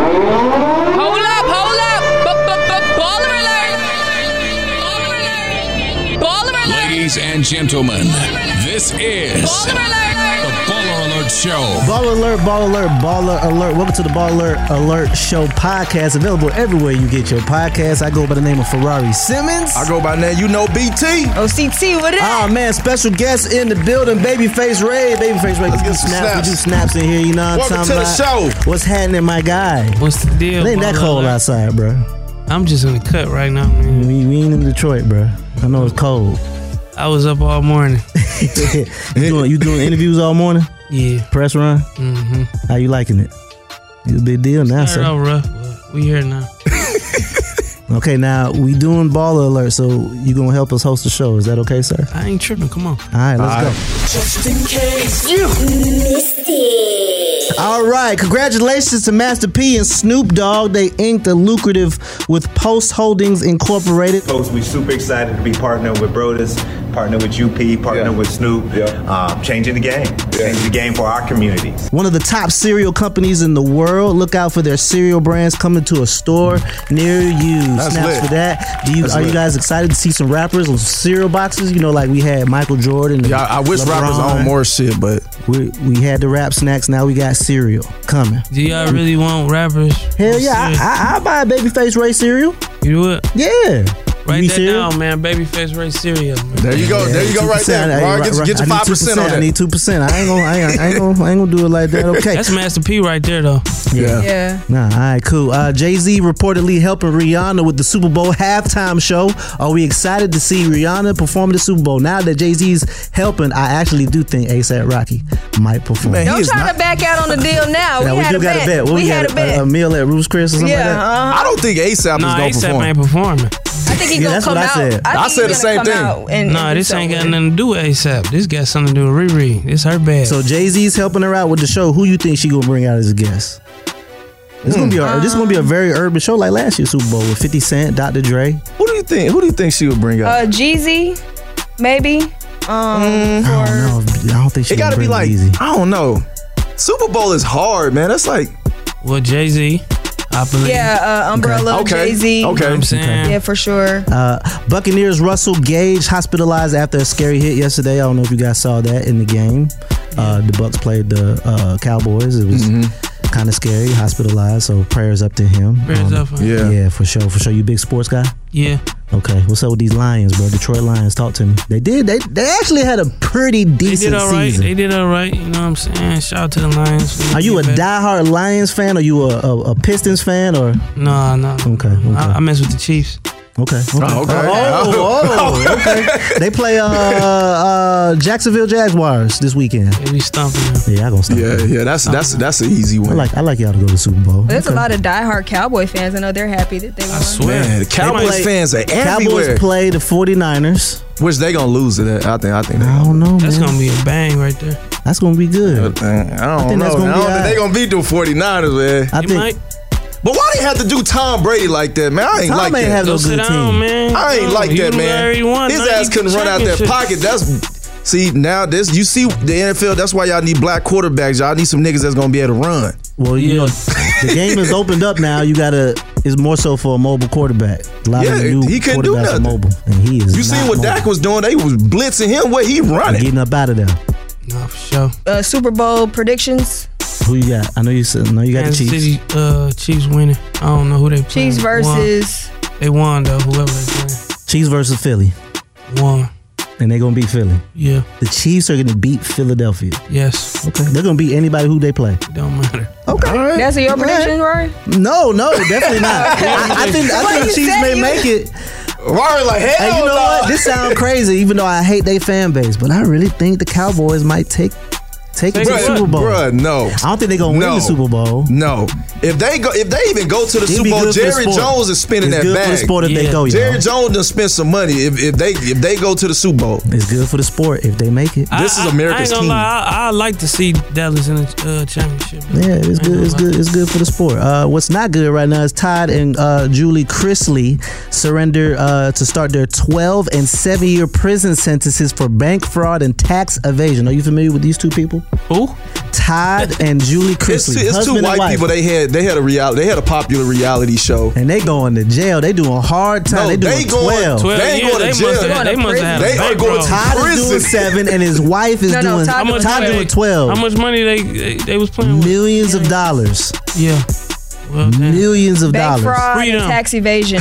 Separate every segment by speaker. Speaker 1: Hold up, hold up. Baller alert. Baller alert. Baller alert.
Speaker 2: Ladies and gentlemen, this is
Speaker 1: Baller alert.
Speaker 2: the Baller Alert Show.
Speaker 3: Ball alert, ball alert, baller alert. Welcome to the Ball Alert Alert Show podcast. Available everywhere you get your podcast. I go by the name of Ferrari Simmons.
Speaker 4: I go by now, you know BT.
Speaker 5: OCT, what up?
Speaker 3: Oh man, special guest in the building, Babyface Ray. Babyface Ray,
Speaker 4: Let's
Speaker 3: we do
Speaker 4: get some
Speaker 3: snaps.
Speaker 4: snaps.
Speaker 3: We do snaps in here, you know what
Speaker 4: Welcome
Speaker 3: I'm
Speaker 4: to
Speaker 3: talking
Speaker 4: the
Speaker 3: about?
Speaker 4: show.
Speaker 3: What's happening, my guy?
Speaker 6: What's the deal?
Speaker 3: It ain't that
Speaker 6: Baller
Speaker 3: cold
Speaker 6: alert?
Speaker 3: outside, Mm-hmm. bro.
Speaker 6: I'm just gonna cut right now, man.
Speaker 3: We, we ain't in Detroit, bro. I know it's cold.
Speaker 6: I was up all morning.
Speaker 3: you, doing, you doing interviews all morning?
Speaker 6: Yeah.
Speaker 3: Press run?
Speaker 6: Mm-hmm.
Speaker 3: How you liking it? It's a big deal now,
Speaker 6: That's
Speaker 3: sir.
Speaker 6: all rough, but we here now.
Speaker 3: Okay, now we doing baller alert, so you gonna help us host the show. Is that okay, sir?
Speaker 6: I ain't tripping. Come on.
Speaker 3: All right, let's go. All right, congratulations to Master P and Snoop Dogg. They inked a lucrative with Post Holdings Incorporated.
Speaker 7: Folks, we super excited to be partnering with Brodus, partner with UP, partner
Speaker 4: Yeah.
Speaker 7: with Snoop,
Speaker 4: Yeah.
Speaker 7: um, changing the game, changing the game for our community.
Speaker 3: One of the top cereal companies in the world. Look out for their cereal brands coming to a store near you.
Speaker 4: That's
Speaker 3: Snaps
Speaker 4: lit.
Speaker 3: for that. Do you,
Speaker 4: That's
Speaker 3: are you
Speaker 4: lit.
Speaker 3: guys excited to see some rappers on cereal boxes? You know, like we had Michael Jordan. and
Speaker 4: Yeah, I, I wish rappers
Speaker 3: LeBron.
Speaker 4: on more shit, but
Speaker 3: We, we had the rap snacks. Now we got cereal coming.
Speaker 6: Do y'all really want rappers?
Speaker 3: Mm-hmm. Hell yeah, I, I, I buy Babyface Ray cereal.
Speaker 6: you do it.
Speaker 3: Yeah.
Speaker 6: Write
Speaker 3: You
Speaker 6: that
Speaker 3: cereal?
Speaker 6: down, man. Babyface Ray cereal. Man.
Speaker 4: there you go, there you go, right
Speaker 3: 2%.
Speaker 4: there.
Speaker 3: I-
Speaker 4: Ron,
Speaker 3: I-
Speaker 4: get,
Speaker 3: I
Speaker 4: get your
Speaker 3: need
Speaker 4: five percent
Speaker 3: 2%.
Speaker 4: on
Speaker 3: I
Speaker 4: that.
Speaker 3: need two percent. I ain't gonna, I ain't, I ain't gonna, I ain't gonna do it like that. Okay.
Speaker 6: That's Master P right there, though.
Speaker 4: Yeah.
Speaker 5: Yeah.
Speaker 3: nah. All right. Cool. Uh, Jay Z reportedly helping Rihanna with the Super Bowl halftime show. Are we excited to see Rihanna perform at the Super Bowl? Now that Jay Z's helping, I actually do think ASAP Rocky might perform.
Speaker 4: Man, he
Speaker 5: Don't
Speaker 4: is
Speaker 5: try
Speaker 4: not-
Speaker 5: to back out on the deal now.
Speaker 3: Now,
Speaker 5: we,
Speaker 3: we
Speaker 5: had
Speaker 3: do
Speaker 5: a
Speaker 3: got
Speaker 5: bet.
Speaker 3: a bet. What
Speaker 5: We had a bet.
Speaker 3: A um, meal at Ruth's Chris or something like that.
Speaker 5: yeah, uh
Speaker 4: I don't think ASAP
Speaker 6: Nah,
Speaker 4: is gonna
Speaker 6: ASAP ain't
Speaker 4: perform.
Speaker 6: performing.
Speaker 5: I think he's
Speaker 3: Yeah,
Speaker 5: gonna
Speaker 3: that's
Speaker 5: come
Speaker 3: what I
Speaker 5: out.
Speaker 3: said.
Speaker 4: I
Speaker 5: think
Speaker 4: said
Speaker 5: he's
Speaker 4: the
Speaker 5: gonna
Speaker 4: same
Speaker 5: come
Speaker 4: thing.
Speaker 5: out and-
Speaker 6: Nah,
Speaker 5: and do
Speaker 6: this ain't got
Speaker 5: something.
Speaker 6: nothing to do with ASAP. This got something to do with Riri. It's her bad.
Speaker 3: So Jay Z's helping her out with the show. Who you think she gonna bring out as a guest? This gonna be a, this gonna be
Speaker 4: Um,
Speaker 3: a very urban show like last year's Super Bowl with Fifty Cent, Dr. Dre.
Speaker 4: Who do you think? Who do you think she would bring up?
Speaker 5: Uh, Jeezy, maybe. Um,
Speaker 3: I don't know. I don't think she
Speaker 4: it
Speaker 3: gonna
Speaker 4: gotta be
Speaker 3: bring
Speaker 4: like
Speaker 3: Yeezy.
Speaker 4: I don't know. Super Bowl is hard, man. That's like
Speaker 6: well, Jay Z, I believe.
Speaker 5: yeah, uh, Umbrella,
Speaker 4: okay,
Speaker 5: Jay Z.
Speaker 6: You know what
Speaker 4: okay.
Speaker 6: I'm saying.
Speaker 5: Yeah, for sure.
Speaker 3: Uh, Buccaneers Russell Gage hospitalized after a scary hit yesterday. I don't know if you guys saw that in the game. Uh, the Bucks played the uh, Cowboys. It was
Speaker 4: Mm-hmm.
Speaker 3: kind of scary. Hospitalized. So prayers up to him. Um,
Speaker 6: Prayers up for him.
Speaker 4: Yeah.
Speaker 3: Yeah, for sure. For sure. You big sports guy.
Speaker 6: Yeah.
Speaker 3: Okay, what's up with these Lions, bro? Detroit Lions, talk to me. They did. They they actually had a pretty
Speaker 6: They did
Speaker 3: decent
Speaker 6: all right.
Speaker 3: season.
Speaker 6: They did all right. You know what I'm saying? Shout out to the Lions.
Speaker 3: Are you a
Speaker 6: Get back.
Speaker 3: diehard Lions fan? Are you a, a, a Pistons fan? Or
Speaker 6: No, no.
Speaker 3: Okay, okay.
Speaker 6: I, I mess with the Chiefs.
Speaker 3: okay, okay.
Speaker 4: Oh, okay.
Speaker 3: Oh, oh, okay. They play uh, uh, Jacksonville Jaguars this weekend.
Speaker 6: Yeah, we stomping them.
Speaker 3: Yeah, I gonna stop.
Speaker 4: yeah, yeah. That's that's that's an easy
Speaker 3: I
Speaker 4: one.
Speaker 3: like I like y'all to go to the Super Bowl.
Speaker 5: There's a lot of diehard Cowboy fans. I know they're happy that they
Speaker 6: I
Speaker 5: won.
Speaker 6: swear.
Speaker 4: Man, the Cowboys
Speaker 3: play-
Speaker 4: fans are everywhere.
Speaker 3: Cowboys play the 49ers.
Speaker 4: Which they gonna lose it? at. I think. I think. They
Speaker 3: I
Speaker 4: gonna
Speaker 3: don't know,
Speaker 6: That's
Speaker 3: man.
Speaker 6: gonna be a bang right there.
Speaker 3: That's gonna be good.
Speaker 4: I don't
Speaker 3: think that's
Speaker 4: know.
Speaker 3: gonna
Speaker 4: I
Speaker 3: be
Speaker 4: don't
Speaker 3: all
Speaker 4: think
Speaker 3: right.
Speaker 4: they gonna beat the 49ers, man.
Speaker 3: I think- might.
Speaker 4: But why they have to do Tom Brady like that, man? I ain't
Speaker 3: Tom
Speaker 4: like
Speaker 3: ain't
Speaker 4: that.
Speaker 3: have no Go sit good down, team. man.
Speaker 4: I ain't
Speaker 3: Go.
Speaker 4: like
Speaker 3: He
Speaker 4: that,
Speaker 3: the Larry
Speaker 4: man.
Speaker 3: one.
Speaker 4: His
Speaker 3: Now
Speaker 4: ass
Speaker 3: he
Speaker 4: couldn't run out that
Speaker 3: championships.
Speaker 4: pocket. That's see now this you see the NFL. That's why y'all need black quarterbacks. Y'all need some niggas that's gonna be able to run.
Speaker 3: Well, you know, the game is opened up now. You gotta. It's more so for a mobile quarterback. A lot of
Speaker 4: Yeah,
Speaker 3: the new
Speaker 4: he couldn't do
Speaker 3: quarterbacks are
Speaker 4: nothing.
Speaker 3: mobile, and he is.
Speaker 4: You seen
Speaker 3: not
Speaker 4: what
Speaker 3: mobile.
Speaker 4: Dak was doing? They was blitzing him. Where he running?
Speaker 3: Getting up out of there.
Speaker 5: Uh, Super Bowl predictions.
Speaker 3: Who you got? I know you. said- I know you got
Speaker 6: Kansas
Speaker 3: the Chiefs.
Speaker 6: City uh, Chiefs winning. I don't know who they playing.
Speaker 5: Chiefs
Speaker 6: Won.
Speaker 5: versus.
Speaker 6: They won though. Whoever they
Speaker 3: Chiefs versus Philly,
Speaker 6: playing won.
Speaker 3: and they're gonna beat Philly.
Speaker 6: Yeah.
Speaker 3: The Chiefs are gonna beat Philadelphia.
Speaker 6: Yes.
Speaker 3: Okay, they're gonna beat anybody who they play.
Speaker 6: Don't matter.
Speaker 3: Okay,
Speaker 5: That's your prediction, Rory.
Speaker 3: No, no, definitely not. I, I think
Speaker 5: What
Speaker 3: I think
Speaker 5: you
Speaker 3: Chiefs
Speaker 5: said
Speaker 3: may
Speaker 5: you- Oh,
Speaker 3: make it.
Speaker 4: Rory like hell.
Speaker 3: Hey, you
Speaker 4: no.
Speaker 3: know what? This sounds crazy, even though I hate their fan base, but I really think the Cowboys might take take it to the
Speaker 4: Bruh,
Speaker 3: Super Bowl.
Speaker 4: bruh, no.
Speaker 3: I don't think they're gonna win
Speaker 4: No.
Speaker 3: the Super Bowl.
Speaker 4: No, if they go, if they even go to the
Speaker 3: It'd
Speaker 4: Super
Speaker 3: be
Speaker 4: Bowl,
Speaker 3: good for the
Speaker 4: Jerry
Speaker 3: sport.
Speaker 4: Jones is spinning
Speaker 3: It's
Speaker 4: that
Speaker 3: good
Speaker 4: bag.
Speaker 3: for the sport if they
Speaker 6: Yeah.
Speaker 3: go,
Speaker 4: Jerry
Speaker 3: y'all.
Speaker 4: Jones done spent some money if, if they if they go to the Super Bowl.
Speaker 3: It's good for the sport if they make it.
Speaker 4: This is
Speaker 6: I- I
Speaker 4: America's
Speaker 6: ain't gonna
Speaker 4: team.
Speaker 6: lie. I, I like to see Dallas in the uh, championship.
Speaker 3: Yeah,
Speaker 6: I
Speaker 3: it's
Speaker 6: ain't
Speaker 3: good.
Speaker 6: gonna
Speaker 3: It's
Speaker 6: lie.
Speaker 3: good. It's good for the sport. Uh, what's not good right now is Todd and uh, Julie Chrisley surrender uh, to start their 12 and 7 year prison sentences for bank fraud and tax evasion. Are you familiar with these two people?
Speaker 6: Who?
Speaker 3: Todd and Julie
Speaker 4: It's,
Speaker 3: Chrisley.
Speaker 4: two- it's two
Speaker 3: husband and
Speaker 4: white
Speaker 3: wife.
Speaker 4: people. They had they had a reality. They had a popular reality show.
Speaker 3: and they going to jail. They doing hard time.
Speaker 4: No,
Speaker 3: they doing
Speaker 4: they going
Speaker 3: 12.
Speaker 4: They ain't going to
Speaker 6: yeah,
Speaker 4: jail.
Speaker 6: They must have, they must have
Speaker 4: They
Speaker 6: had a
Speaker 4: are
Speaker 6: bank
Speaker 4: going
Speaker 6: roll.
Speaker 4: to-
Speaker 3: Todd is
Speaker 4: Prison.
Speaker 3: doing seven, and his wife is
Speaker 5: No, no,
Speaker 3: doing
Speaker 5: Todd doing
Speaker 3: Todd
Speaker 5: twelve.
Speaker 3: doing 12.
Speaker 6: How much money they they, they was playing with?
Speaker 3: millions of dollars.
Speaker 6: Yeah. Well, damn.
Speaker 3: Millions of
Speaker 5: Bank
Speaker 3: dollars.
Speaker 5: fraud, and
Speaker 6: Freedom.
Speaker 5: tax evasion.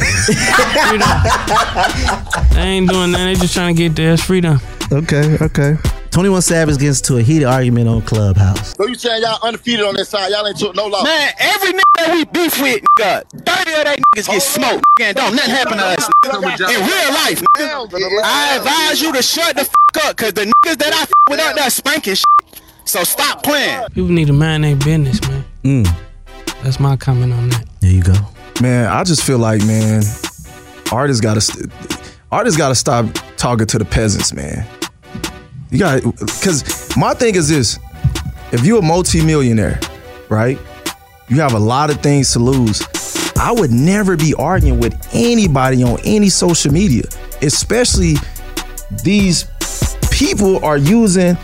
Speaker 6: They ain't doing that. They just trying to get their freedom.
Speaker 3: Okay, okay. 21 Savage gets to a heated argument on Clubhouse.
Speaker 8: So you saying y'all undefeated on this side? Y'all ain't took no loss.
Speaker 9: Man, every nigga that we beef with, nigga, 30 of that niggas get smoked, nigga, and don't nothing happen to us, nigga. In real life, nigga. I advise you to shut the fuck up, cause the niggas that I fuck with out there spanking shit. So stop playing.
Speaker 6: People need to mind their business, man.
Speaker 3: Mm.
Speaker 6: That's my comment on that.
Speaker 3: There you go.
Speaker 4: Man, I just feel like man, artists gotta st- artists gotta stop talking to the peasants, man. You got because my thing is this: if you're a multimillionaire, right, you have a lot of things to lose. I would never be arguing with anybody on any social media, especially these people are using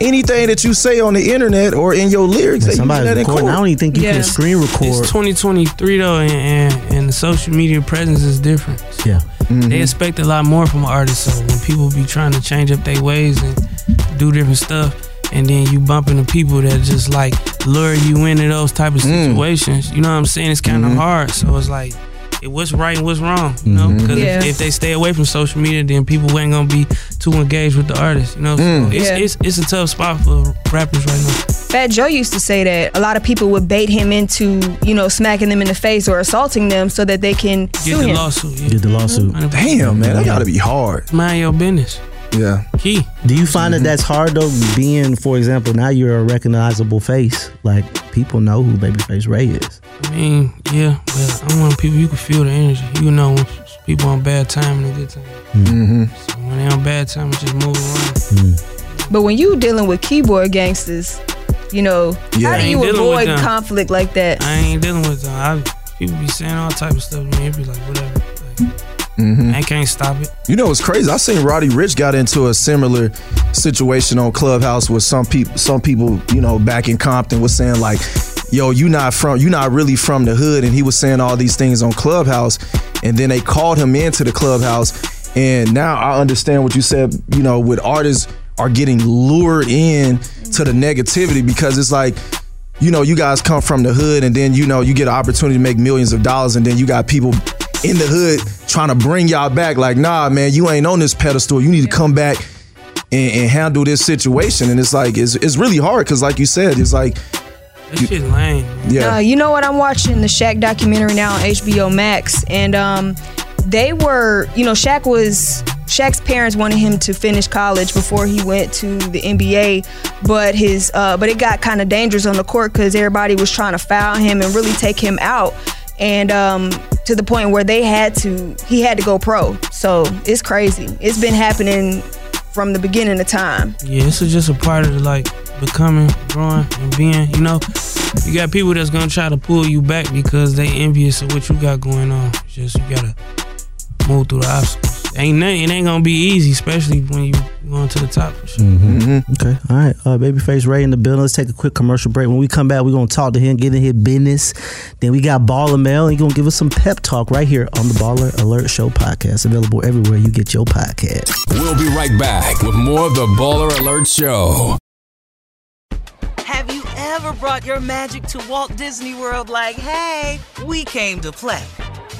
Speaker 4: anything that you say on the internet or in your lyrics. They using
Speaker 3: Somebody's
Speaker 4: that in
Speaker 3: recording. I
Speaker 4: court.
Speaker 3: don't even think you
Speaker 5: Yeah.
Speaker 3: can screen record.
Speaker 6: It's 2023 though, and, and and the social media presence is different. So
Speaker 3: yeah.
Speaker 6: They expect a lot more from artists. So when people be trying to change up their ways and do different stuff, and then you bump into people that just like lure you into those type of situations. You know what I'm saying? It's kind of hard. So it's like. It, what's right and what's wrong, you know? Because
Speaker 5: Yeah.
Speaker 6: if, if they stay away from social media, then people ain't gonna be too engaged with the artist, you know? So it's,
Speaker 5: Yeah.
Speaker 6: it's it's a tough spot for rappers right now.
Speaker 5: Fat Joe used to say that a lot of people would bait him into, you know, smacking them in the face or assaulting them so that they can
Speaker 6: Get
Speaker 5: sue
Speaker 6: the
Speaker 5: him.
Speaker 6: lawsuit. Yeah.
Speaker 3: Get the lawsuit.
Speaker 4: Damn, man, that gotta be hard.
Speaker 6: Mind your business.
Speaker 4: Yeah.
Speaker 6: Key.
Speaker 3: Do you find that that's hard though? Being, for example, now you're a recognizable face. Like people know who Babyface Ray is.
Speaker 6: I mean, yeah, but I'm one of the people you can feel the energy. You know when people on bad time and a good time. So when they on bad time, we just move around.
Speaker 5: But when you dealing with keyboard gangsters, you know,
Speaker 4: Yeah.
Speaker 5: how do
Speaker 6: I
Speaker 5: you
Speaker 6: ain't dealing with
Speaker 5: avoid
Speaker 6: them.
Speaker 5: conflict like that?
Speaker 6: I ain't dealing with them. I, people be saying all type of stuff to me. It be like, whatever. Like, I can't stop it.
Speaker 4: You know, it's crazy. I seen Roddy Rich got into a similar situation on Clubhouse with some people. Some people, you know, back in Compton was saying like, "Yo, you not from, you not really from the hood," and he was saying all these things on Clubhouse, and then they called him into the Clubhouse, and now I understand what you said. You know, with artists are getting lured in to the negativity because it's like. You know, you guys come from the hood, and then you know you get an opportunity to make millions of dollars, and then you got people in the hood trying to bring y'all back. Like, nah, man, you ain't on this pedestal. You need to come back and, and handle this situation. And it's like, it's, it's really hard because, like you said, it's like,
Speaker 6: That shit lame. man.
Speaker 5: Uh,
Speaker 4: yeah,
Speaker 5: you know what? I'm watching the Shaq documentary now on HBO Max, and um, they were, you know, Shaq was Shaq's parents wanted him to finish college before he went to the NBA, but his uh, but it got kind of dangerous on the court because everybody was trying to foul him and really take him out, and um, to the point where they had to he had to go pro. So it's crazy. It's been happening from the beginning of time.
Speaker 6: Yeah, this is just a part of the, like becoming, growing, and being. You know, you got people that's gonna try to pull you back because they envious of what you got going on. It's just you gotta move through the obstacles. Ain't nothing. It ain't gonna be easy, especially when you going to the top.
Speaker 3: Mm-hmm. Okay. All right. Uh, Babyface Ray in the building. Let's take a quick commercial break. When we come back, we're going to talk to him, get in his business. Then we got Baller Mail. He's going to give us some pep talk right here on the Baller Alert Show podcast. Available everywhere you get your podcast.
Speaker 2: We'll be right back with more of the Baller Alert Show.
Speaker 10: Have you ever brought your magic to Walt Disney World like, hey, we came to play?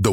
Speaker 11: The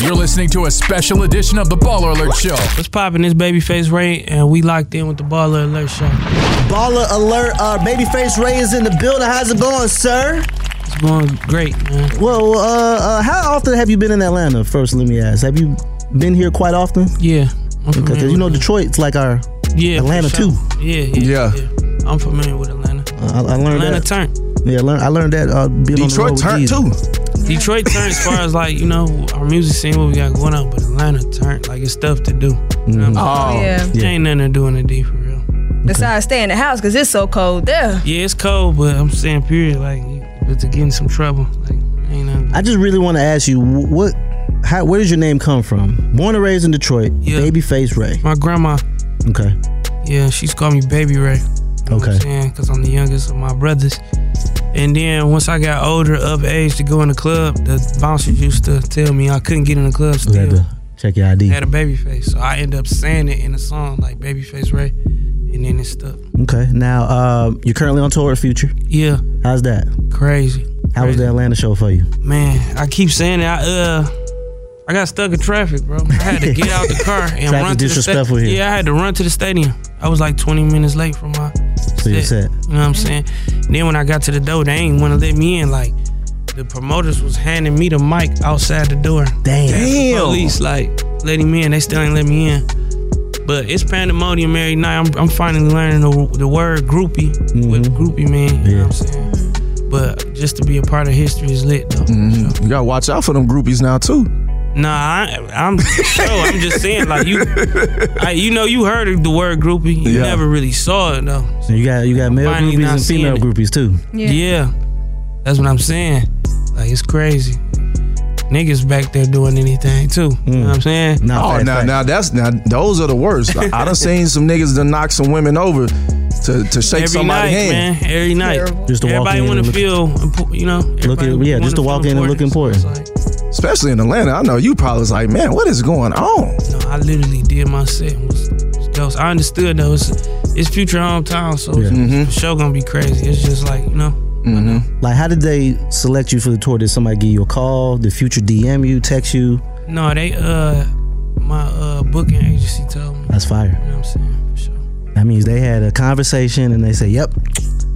Speaker 2: You're listening to a special edition of the Baller Alert Show.
Speaker 6: What's popping? This babyface Ray, and we locked in with the Baller Alert Show.
Speaker 3: Baller Alert. Uh, Babyface Ray is in the building. How's it going, sir? It's
Speaker 6: going great, man.
Speaker 3: Well, uh, uh, how often have you been in Atlanta? First, let me ask. Have you been here quite often?
Speaker 6: Yeah. I'm
Speaker 3: Okay, 'cause
Speaker 6: familiar
Speaker 3: you know
Speaker 6: with it.
Speaker 3: Detroit's like our
Speaker 6: Yeah, for
Speaker 3: Atlanta
Speaker 6: sure.
Speaker 3: too.
Speaker 6: Yeah, yeah, yeah. I'm familiar with Atlanta.
Speaker 3: uh, I, I learned
Speaker 6: Atlanta
Speaker 3: that.
Speaker 6: turn.
Speaker 3: Yeah, I learned, I learned that uh, being
Speaker 6: Detroit
Speaker 3: on the road
Speaker 6: turn
Speaker 3: with Yeezy.
Speaker 6: Detroit turned as far as like you know our music scene, what we got going on, but Atlanta turned like it's stuff to do. You
Speaker 3: Mm,
Speaker 6: know what I'm
Speaker 5: Oh.
Speaker 6: saying?
Speaker 5: Yeah.
Speaker 6: ain't nothing to do in the D for real.
Speaker 5: Besides, stay in the house because it's so cold there.
Speaker 6: Yeah, it's cold, but I'm saying period. Like, you- but to get in some trouble, like ain't nothing.
Speaker 3: I just really want to ask you wh- what, how, where does your name come from? Born and raised in Detroit, Babyface Ray.
Speaker 6: My grandma.
Speaker 3: Okay.
Speaker 6: Yeah, she's called me Baby Ray. You know what I'm
Speaker 3: Okay.
Speaker 6: saying? Because I'm the youngest of my brothers. And then once I got older, of age to go in the club, the bouncers used to tell me I couldn't get in the club
Speaker 3: You had
Speaker 6: still.
Speaker 3: to check your ID.
Speaker 6: Had a baby face, so I end up saying it in a song like Baby Face Ray, and then it stuck.
Speaker 3: Okay. Now, uh, you're currently on tour with Future.
Speaker 6: Yeah.
Speaker 3: How's that?
Speaker 6: Crazy.
Speaker 3: How was the Atlanta show for you?
Speaker 6: Man, I keep saying that. I, uh, I got stuck in traffic, bro. I had to get out the car and
Speaker 3: Traffic
Speaker 6: run to the
Speaker 3: disrespectful
Speaker 6: sta-
Speaker 3: here.
Speaker 6: Yeah, I had to run to the stadium. I was like 20 minutes late from my
Speaker 3: So you set.
Speaker 6: You know what I'm saying? Then when I got to the door, they ain't want to let me in. Like the promoters was handing me the mic outside the door.
Speaker 3: Damn.
Speaker 6: The police like letting me in. They still ain't let me in. But it's pandemonium every night. I'm, I'm finally learning the, the word groupie
Speaker 3: Mm-hmm.
Speaker 6: with groupie man. You know what I'm saying? But just to be a part of history is lit though.
Speaker 3: Mm-hmm.
Speaker 4: Mhm. You gotta watch out for them groupies now too.
Speaker 6: Nah, I, I'm sure. I'm just saying, like you, I, you know, you heard the word groupie. You
Speaker 3: Yeah.
Speaker 6: never really saw it though.
Speaker 3: So you got you got male
Speaker 6: Finally
Speaker 3: groupies
Speaker 6: not
Speaker 3: and
Speaker 6: seeing
Speaker 3: female
Speaker 6: it.
Speaker 3: groupies too.
Speaker 6: Yeah. that's what I'm saying. Like it's crazy. Niggas back there doing anything too. You know what
Speaker 3: Mm.
Speaker 6: I'm saying?
Speaker 4: oh, now, now that's now those are the worst. Like, I done seen some niggas that knock some women over to to shake
Speaker 6: Every
Speaker 4: somebody's
Speaker 6: night,
Speaker 4: hand.
Speaker 6: man. Every night.
Speaker 4: Just to walk
Speaker 6: Everybody
Speaker 4: in and
Speaker 6: want to
Speaker 4: look-
Speaker 6: feel, impo- you know.
Speaker 4: Look
Speaker 6: everybody
Speaker 4: at, yeah,
Speaker 6: wanna
Speaker 4: just to walk
Speaker 6: feel
Speaker 4: in and look important. Especially in Atlanta, I know you probably was like, man, what is going on?
Speaker 6: No, I literally did my set. and Was, was ghost. I understood though. It's, it's future hometown, so it's, it's for sure gonna be crazy. It's just like you know.
Speaker 3: Mm-hmm. Like, how did they select you for the tour? Did somebody give you a call? Did Future DM you, text you?
Speaker 6: No, they uh, my uh booking agency told me.
Speaker 3: That's fire.
Speaker 6: You know what I'm saying?
Speaker 3: That means they had a conversation and they said, "Yep,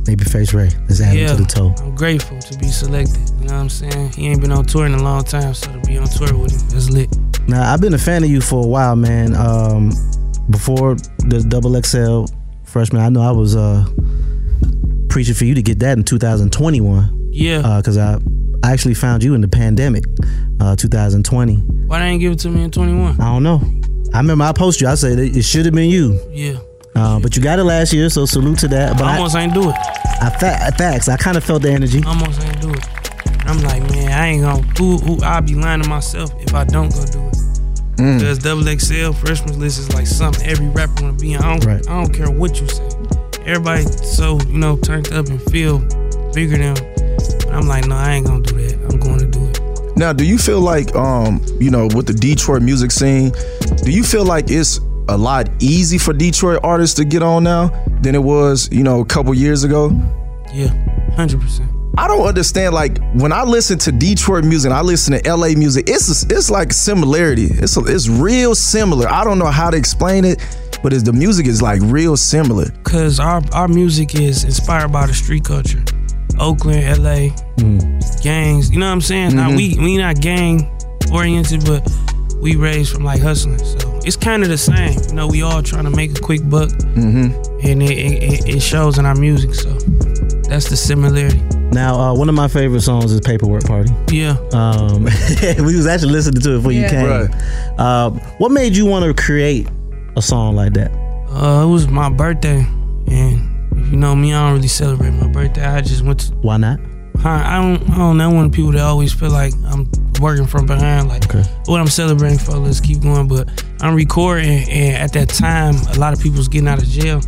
Speaker 3: Babyface Ray. Let's add him to the toe.
Speaker 6: I'm grateful to be selected. You know what I'm saying? He ain't been on tour in a long time, so to be on tour with him, that's lit.
Speaker 3: Now I've been a fan of you for a while, man. Um, before the double XL freshman, I know I was uh, preaching for you to get that in 2021.
Speaker 4: Uh,
Speaker 6: Yeah.
Speaker 3: because uh, I, I actually found you in the pandemic, uh, 2020.
Speaker 6: Why they ain't give it to me in 21?
Speaker 3: I don't know. I remember I posted you. I said it, it should have been you.
Speaker 6: Yeah.
Speaker 3: Uh, but you got it last year, so salute to that. But
Speaker 6: I almost ain't do it.
Speaker 3: I fa- facts. I kind of felt the energy.
Speaker 6: Almost ain't do it. And I'm like, man, I ain't gonna. Who, who, I'll be lying to myself if I don't go do it.
Speaker 3: Mm.
Speaker 6: Because double XL freshman list is like something every rapper wanna be in. I don't,
Speaker 3: Right.
Speaker 6: I don't care what you say. Everybody so you know turned up and feel bigger than. But I'm like, no, I ain't gonna do that. I'm going to do it.
Speaker 4: Now, do you feel like, um, you know, with the Detroit music scene, do you feel like it's a lot easy for Detroit artists to get on now than it was, you know, a couple years ago?
Speaker 6: Yeah, hundred percent.
Speaker 4: I don't understand. Like when I listen to Detroit music, and I listen to LA music. It's it's like similarity. It's it's real similar. I don't know how to explain it, but it's, the music is like real similar.
Speaker 6: Cause our our music is inspired by the street culture, Oakland, L.A., gangs. You know what I'm saying? Now
Speaker 4: Mhm.
Speaker 6: we we not gang oriented, but we raised from like hustling. So it's kind of the same. You know, we all trying to make a quick buck,
Speaker 4: Mm-hmm.
Speaker 6: and it, it, it- it shows in our music. So that's the similarity.
Speaker 3: Now, uh, one of my favorite songs is "Paperwork Party."
Speaker 6: Yeah.
Speaker 3: Um, we was actually listening to it before you
Speaker 6: Yeah.
Speaker 3: came.
Speaker 6: Right.
Speaker 3: Uh, what made you want to create a song like that?
Speaker 6: Uh, it was my birthday, and if you know me, I don't really celebrate my birthday. I just went to.
Speaker 3: Why not?
Speaker 6: I I don't, I don't know. One of the people that always feel like I'm working from behind. Like, what I'm celebrating for, let's keep going. But I'm recording, and at that time, a lot of people was getting out of jail,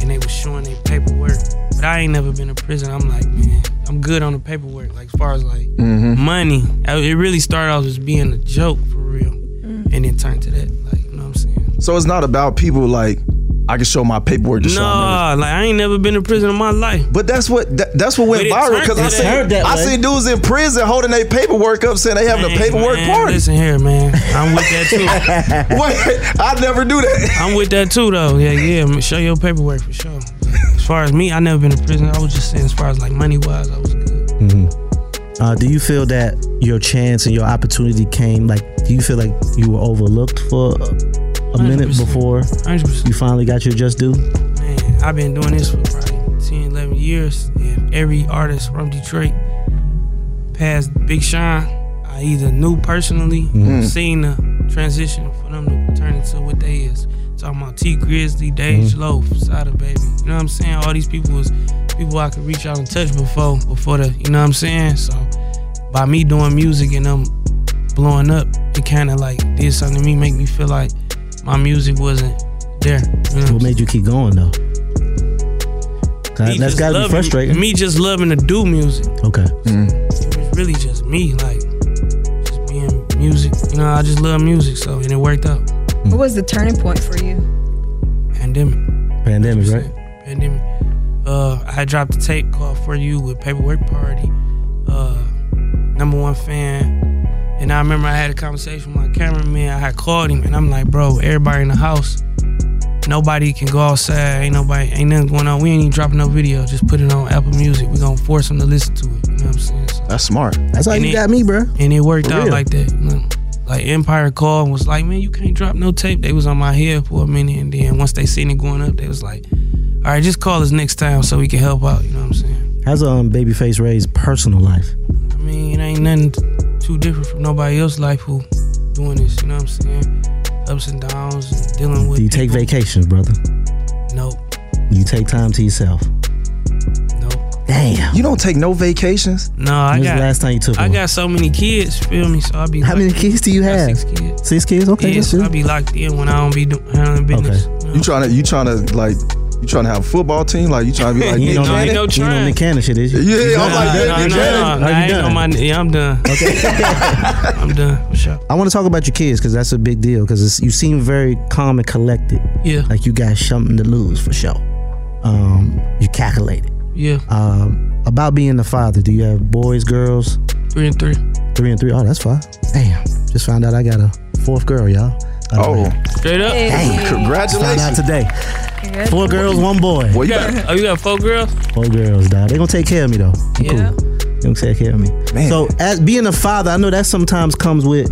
Speaker 6: and they was showing their paperwork. But I ain't never been to prison. I'm like, man, I'm good on the paperwork. Like, as far as like
Speaker 1: Mhm.
Speaker 6: money, I- it really started off as being a joke for real, and then turned to that. Like, you know what I'm saying?
Speaker 4: So it's not about people like I can show my paperwork to show.
Speaker 6: Nah, like I ain't never been to prison in my life.
Speaker 4: But that's what that, that's what went
Speaker 6: But it
Speaker 4: viral
Speaker 6: turned
Speaker 4: because I
Speaker 6: to
Speaker 4: seen
Speaker 6: that.
Speaker 4: I seen dudes in prison holding their paperwork up saying they having a
Speaker 6: Hey,
Speaker 4: paperwork
Speaker 6: man,
Speaker 4: party.
Speaker 6: Listen here, man. I'm with that too.
Speaker 4: Wait, I never do that.
Speaker 6: I'm with that too, though. Yeah, yeah. man, Show your paperwork for sure. As far as me, I never been to prison. I was just saying, as far as like money wise, I was
Speaker 3: hmm Uh, do you feel that your chance and your opportunity came? Like, do you feel like you were overlooked for a, a minute before you finally got your just due?
Speaker 6: man. I've been doing this for probably 10, 11 years, and every artist from Detroit past Big Sean, I either knew personally,
Speaker 1: Mhm.
Speaker 6: or seen the transition for them to turn into what they is. Talking about T Grizzly, Dage
Speaker 1: Mhm.
Speaker 6: Loaf, Sada Baby. You know what I'm saying? All these people was people I could reach out and touch before, before the, you know what I'm saying? So by me doing music and them blowing up, it kind of like did something to me, make me feel like my music wasn't there. You know
Speaker 3: What made you keep going though? 'Cause
Speaker 6: me
Speaker 3: that's
Speaker 6: just
Speaker 3: gotta be
Speaker 6: loving-
Speaker 3: frustrating.
Speaker 6: Me just loving to do music.
Speaker 3: Okay.
Speaker 6: It was really just me, like just being music. You know, I just love music, so and it worked out.
Speaker 5: What was the turning point for you?
Speaker 6: Pandemic,
Speaker 3: Pandemic, right?
Speaker 6: pandemic. Uh, I had dropped a tape called "For You" with Paperwork Party, uh, number one fan. And I remember I had a conversation with my cameraman. I had called him, and I'm like, "Bro, everybody in the house, nobody can go outside. Ain't nobody, ain't nothing going on. We ain't even dropping no video. Just put it on Apple Music. We gonna force them to listen to it. You know what I'm saying?"
Speaker 4: That's smart.
Speaker 3: That's how
Speaker 6: And
Speaker 3: you
Speaker 6: it-
Speaker 3: got me, bro.
Speaker 6: And it worked
Speaker 3: For
Speaker 6: out
Speaker 3: real.
Speaker 6: like that. you know. Like Empire called and was like, man, you can't drop no tape. They was on my head for a minute, and then once they seen it going up, they was like, all right, just call us next time so we can help out. You know what I'm saying?
Speaker 3: How's um Babyface Ray's personal life?
Speaker 6: I mean, it ain't nothing t- too different from nobody else's life who doing this. You know what I'm saying? Ups and downs, and dealing with.
Speaker 3: Do you take vacations, brother?
Speaker 6: Nope.
Speaker 3: Do you take time to yourself? Damn.
Speaker 4: You don't take no vacations?
Speaker 6: No, I
Speaker 3: When's
Speaker 6: got.
Speaker 3: the last time you took
Speaker 6: I
Speaker 3: one?
Speaker 6: got so many kids. Feel me? So I be.
Speaker 3: How many kids do you have?
Speaker 6: Six kids.
Speaker 3: Six kids? Okay,
Speaker 6: yeah,
Speaker 3: that's
Speaker 6: so I
Speaker 3: good.
Speaker 6: be locked in when I don't be do- handling business.
Speaker 4: You trying to you trying to like you trying to have a football team? Like you trying to be like
Speaker 6: You
Speaker 4: Nick
Speaker 6: don't know-
Speaker 4: Cannon?
Speaker 6: you know
Speaker 3: You know Nick Cannon shit, is you?
Speaker 4: Yeah, yeah,
Speaker 6: Nah,
Speaker 4: I'm like,
Speaker 6: nah,
Speaker 4: that,
Speaker 6: nah,
Speaker 4: Nick Cannon.
Speaker 6: nah, nah,
Speaker 3: Are you
Speaker 6: I ain't
Speaker 3: done?
Speaker 6: on my- yeah, I'm done. Okay. I'm done. For sure.
Speaker 3: I want to talk about your kids because that's a big deal. Because you seem very calm and collected.
Speaker 6: Yeah.
Speaker 3: Like you got something to lose for sure. Um, you calculated.
Speaker 6: Yeah.
Speaker 3: Um, about being a father, do you have boys, girls?
Speaker 6: Three and three.
Speaker 3: Three and three. Oh, that's fine. Damn. Just found out I got a fourth girl, y'all.
Speaker 4: Oh.
Speaker 6: Straight up.
Speaker 3: Damn. Found out today. Four girls, one boy.
Speaker 6: you got, oh, you got four girls?
Speaker 3: Four girls, dog. They gonna take care of me though. I'm
Speaker 6: Yeah.
Speaker 3: Cool. They gonna take care of me. So as being a father, I know that sometimes comes with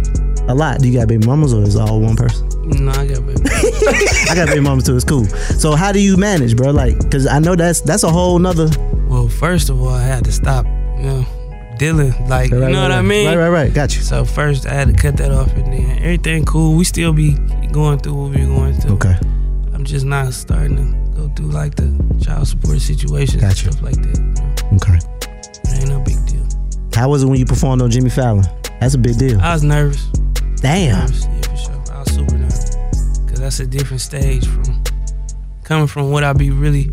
Speaker 3: a lot. Do you got baby mamas or is it all one person?
Speaker 6: No, I got baby.
Speaker 3: I got baby mamas too. It's cool. So how do you manage, bro? Like, cause I know that's that's a whole nother.
Speaker 6: Well, first of all, I had to stop, you know, dealing. Like, you
Speaker 3: Right,
Speaker 6: know
Speaker 3: right,
Speaker 6: what I
Speaker 3: right.
Speaker 6: mean?
Speaker 3: Right, right, right. Got you.
Speaker 6: So first, I had to cut that off, and then everything cool. We still be going through what we're going through.
Speaker 3: Okay.
Speaker 6: I'm just not starting to go through like the child support situations and
Speaker 3: Got you.
Speaker 6: stuff like that.
Speaker 3: Okay.
Speaker 6: It ain't no big deal.
Speaker 3: How was it when you performed on Jimmy Fallon? That's a big deal.
Speaker 6: I was nervous.
Speaker 3: Damn.
Speaker 6: Nervous, yeah, for sure. I was super nervous. Because that's a different stage from coming from what I be really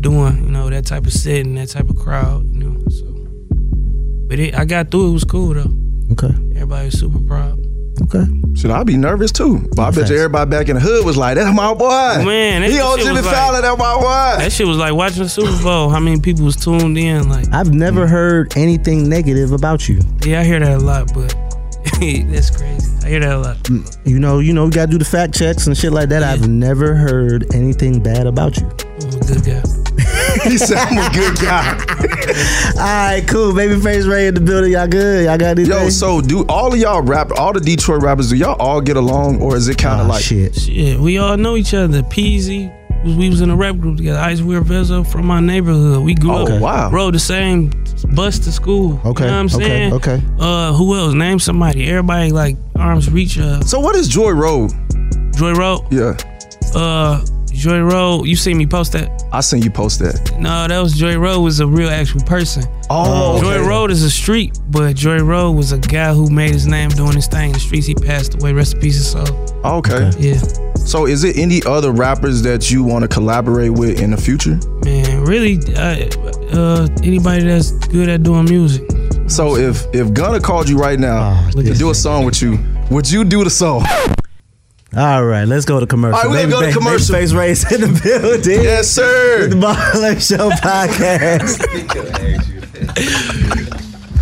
Speaker 6: doing, you know, that type of setting, that type of crowd, you know. So, But it, I got through it. It was cool, though.
Speaker 3: Okay.
Speaker 6: Everybody was super proud.
Speaker 3: Okay.
Speaker 4: Should I be nervous too? But I bet you everybody back in the hood was like, "That's my boy."
Speaker 6: Man, that
Speaker 4: he
Speaker 6: shit
Speaker 4: on
Speaker 6: was
Speaker 4: Jimmy
Speaker 6: like-
Speaker 4: Fallon. That's my boy.
Speaker 6: That shit was like watching the Super Bowl. How many people was tuned in? Like,
Speaker 3: I've never heard anything negative about you.
Speaker 6: yeah, I hear that a lot, but that's crazy. I hear that a lot.
Speaker 3: You know, you know, we gotta do the fact checks and shit like that. I've never heard anything bad about you.
Speaker 6: I'm a good guy.
Speaker 4: he said, "I'm a good guy."
Speaker 3: All right, cool. Babyface Ray in the building. Y'all good? Y'all got anything?
Speaker 4: Yo, so do all of y'all rap? All the Detroit rappers, do y'all all get along, or is it kind of like
Speaker 6: Shit, we all know each other. Peasy, was- we was in a rap group together. Ice Weir Vezo from my neighborhood. We grew
Speaker 4: Oh,
Speaker 6: up,
Speaker 4: wow.
Speaker 6: rode the same bus to school.
Speaker 4: Okay,
Speaker 6: you know what I'm
Speaker 4: okay,
Speaker 6: saying?
Speaker 4: okay.
Speaker 6: Uh, who else? Name somebody. Everybody like arms reach. Uh,
Speaker 4: So what is Joy Road?
Speaker 6: Joy Road.
Speaker 4: Yeah,
Speaker 6: Uh, Joy Road. You seen me post that?
Speaker 4: I seen you post that.
Speaker 6: No, that was Joy Road was a real actual person. Uh,
Speaker 4: Oh, okay.
Speaker 6: Joy Road is a street, but Joy Road was a guy who made his name doing his thing in the streets. He passed away. Rest in peace, his soul.
Speaker 4: Okay.
Speaker 6: Yeah.
Speaker 4: So is it any other rappers that you want to collaborate with in the future?
Speaker 6: Man, really, uh, uh, anybody that's good at doing music.
Speaker 4: So if if Gunna called you right now to do a song with you, would you do the song?
Speaker 3: All right, let's go to commercial.
Speaker 4: All right, we
Speaker 3: Baby
Speaker 4: gonna go to
Speaker 3: Face-
Speaker 4: commercial.
Speaker 3: Baby Face Ray's in the building.
Speaker 4: Yes, sir.
Speaker 3: With the Baller Show podcast.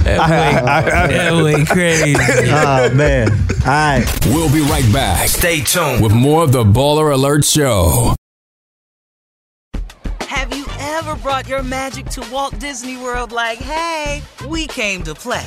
Speaker 6: That went crazy.
Speaker 3: oh man. All right.
Speaker 2: We'll be right back.
Speaker 12: Stay tuned.
Speaker 2: With more of the Baller Alert Show.
Speaker 10: Have you ever brought your magic to Walt Disney World like, hey, we came to play?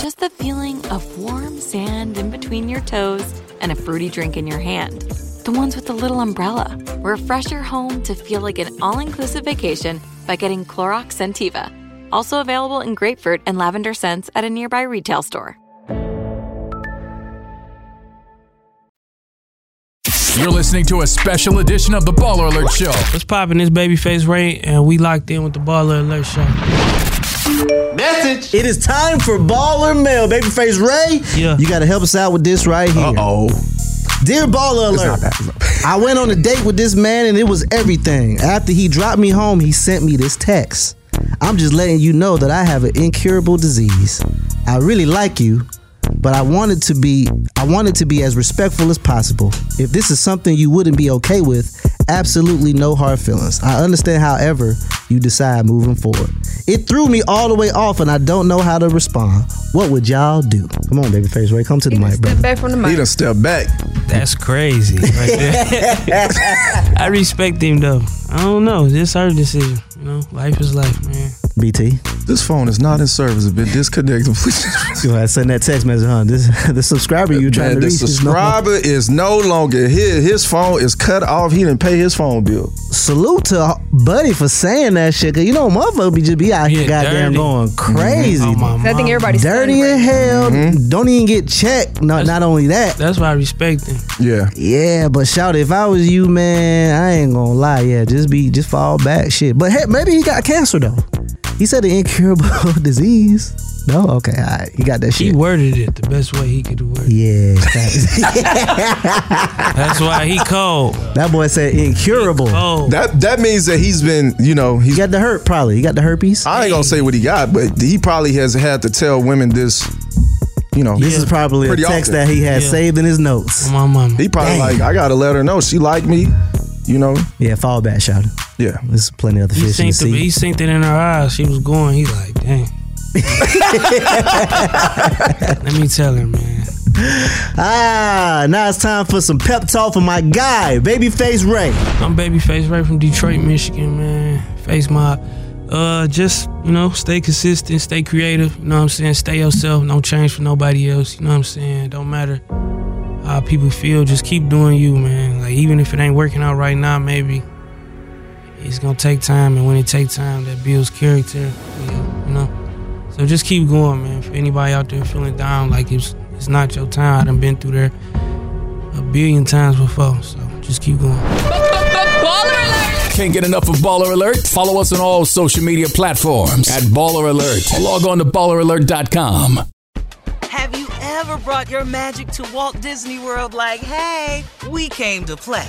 Speaker 13: Just the feeling of warm sand in between your toes and a fruity drink in your hand. The ones with the little umbrella. Refresh your home to feel like an all inclusive vacation by getting Clorox Sentiva. Also available in grapefruit and lavender scents at a nearby retail store.
Speaker 2: You're listening to a special edition of the Baller Alert Show.
Speaker 6: What's poppin'? This babyface Ray, and we locked in with the Baller Alert Show.
Speaker 3: Message. It is time for Baller Mail. Babyface Ray, yeah. you got to help us out with this right here.
Speaker 4: oh.
Speaker 3: Dear Baller Alert, I went on a date with this man and it was everything. After he dropped me home, he sent me this text. I'm just letting you know that I have an incurable disease. I really like you, but I wanted to be I wanted to be as respectful as possible. If this is something you wouldn't be okay with, absolutely no hard feelings. I understand, however, you decide moving forward. It threw me all the way off, and I don't know how to respond. What would y'all do? Come on, babyface Ray, come to the mic, bro.
Speaker 5: Back from the mic.
Speaker 4: He done step back.
Speaker 6: That's crazy. Right there. I respect him though. I don't know. This her decision. You know, life is life, man.
Speaker 3: BT.
Speaker 4: This phone is not in service. It's been disconnected. Please.
Speaker 3: You had send that text message, huh? This the subscriber you trying
Speaker 4: Man,
Speaker 3: to
Speaker 4: the
Speaker 3: reach is no-
Speaker 4: subscriber is no longer here. His phone is cut off. He didn't pay his phone bill.
Speaker 3: Salute to Buddy for saying that shit. Cause you know, motherfucker be just be out here, goddamn,
Speaker 4: dirty.
Speaker 3: going crazy.
Speaker 6: Oh,
Speaker 5: I think everybody's
Speaker 3: dirty
Speaker 5: stunned
Speaker 3: in hell.
Speaker 4: Mm-hmm.
Speaker 3: Don't even get checked. Not not only that.
Speaker 6: That's why I respect him.
Speaker 4: Yeah.
Speaker 3: Yeah, but shout if I was you, man, I ain't gonna lie. Yeah, just be just fall back, shit. But hey, maybe he got cancer though. He said an incurable disease. No, okay, all right. He got that
Speaker 6: He
Speaker 3: shit.
Speaker 6: worded it the best way he could word. it.
Speaker 3: Yeah, facts.
Speaker 6: That's why he cold.
Speaker 3: that boy said incurable.
Speaker 6: Oh,
Speaker 4: That that means that he's been, you know, he's
Speaker 3: got the hurt probably. He got the herpes.
Speaker 4: I ain't gonna say what he got, but he probably has had to tell women this, you know.
Speaker 3: This is probably a
Speaker 4: pretty
Speaker 3: text
Speaker 4: often.
Speaker 3: that he had
Speaker 4: Yeah.
Speaker 3: saved in his notes.
Speaker 6: My mama.
Speaker 4: He probably
Speaker 3: Dang.
Speaker 4: like, I gotta let her know she like me, you know.
Speaker 3: Yeah, fall back, shout.
Speaker 4: Yeah.
Speaker 3: There's plenty of other
Speaker 6: He
Speaker 3: fish in the
Speaker 6: synced, it,
Speaker 3: sea.
Speaker 6: he synced it in her eyes. She was going. He like, dang. Let me tell her, man.
Speaker 3: Ah, now it's time for some pep talk for my guy, Babyface Ray.
Speaker 6: I'm Babyface Ray from Detroit, Michigan, man. Face Mob. Uh, just, you know, stay consistent, stay creative, you know what I'm saying? Stay yourself, no change for nobody else, you know what I'm saying? Don't matter how people feel, just keep doing you, man. Like, even if it ain't working out right now, maybe it's gonna take time, and when it take time, that builds character, you know? So just keep going, man. For anybody out there feeling down, like it's, it's not your time, I done been through there a billion times before, so just keep going.
Speaker 2: Can't get enough of Baller Alert? Follow us on all social media platforms at Baller Alert. Or log on to balleralert.com.
Speaker 10: Have you ever brought your magic to Walt Disney World like, hey, we came to play?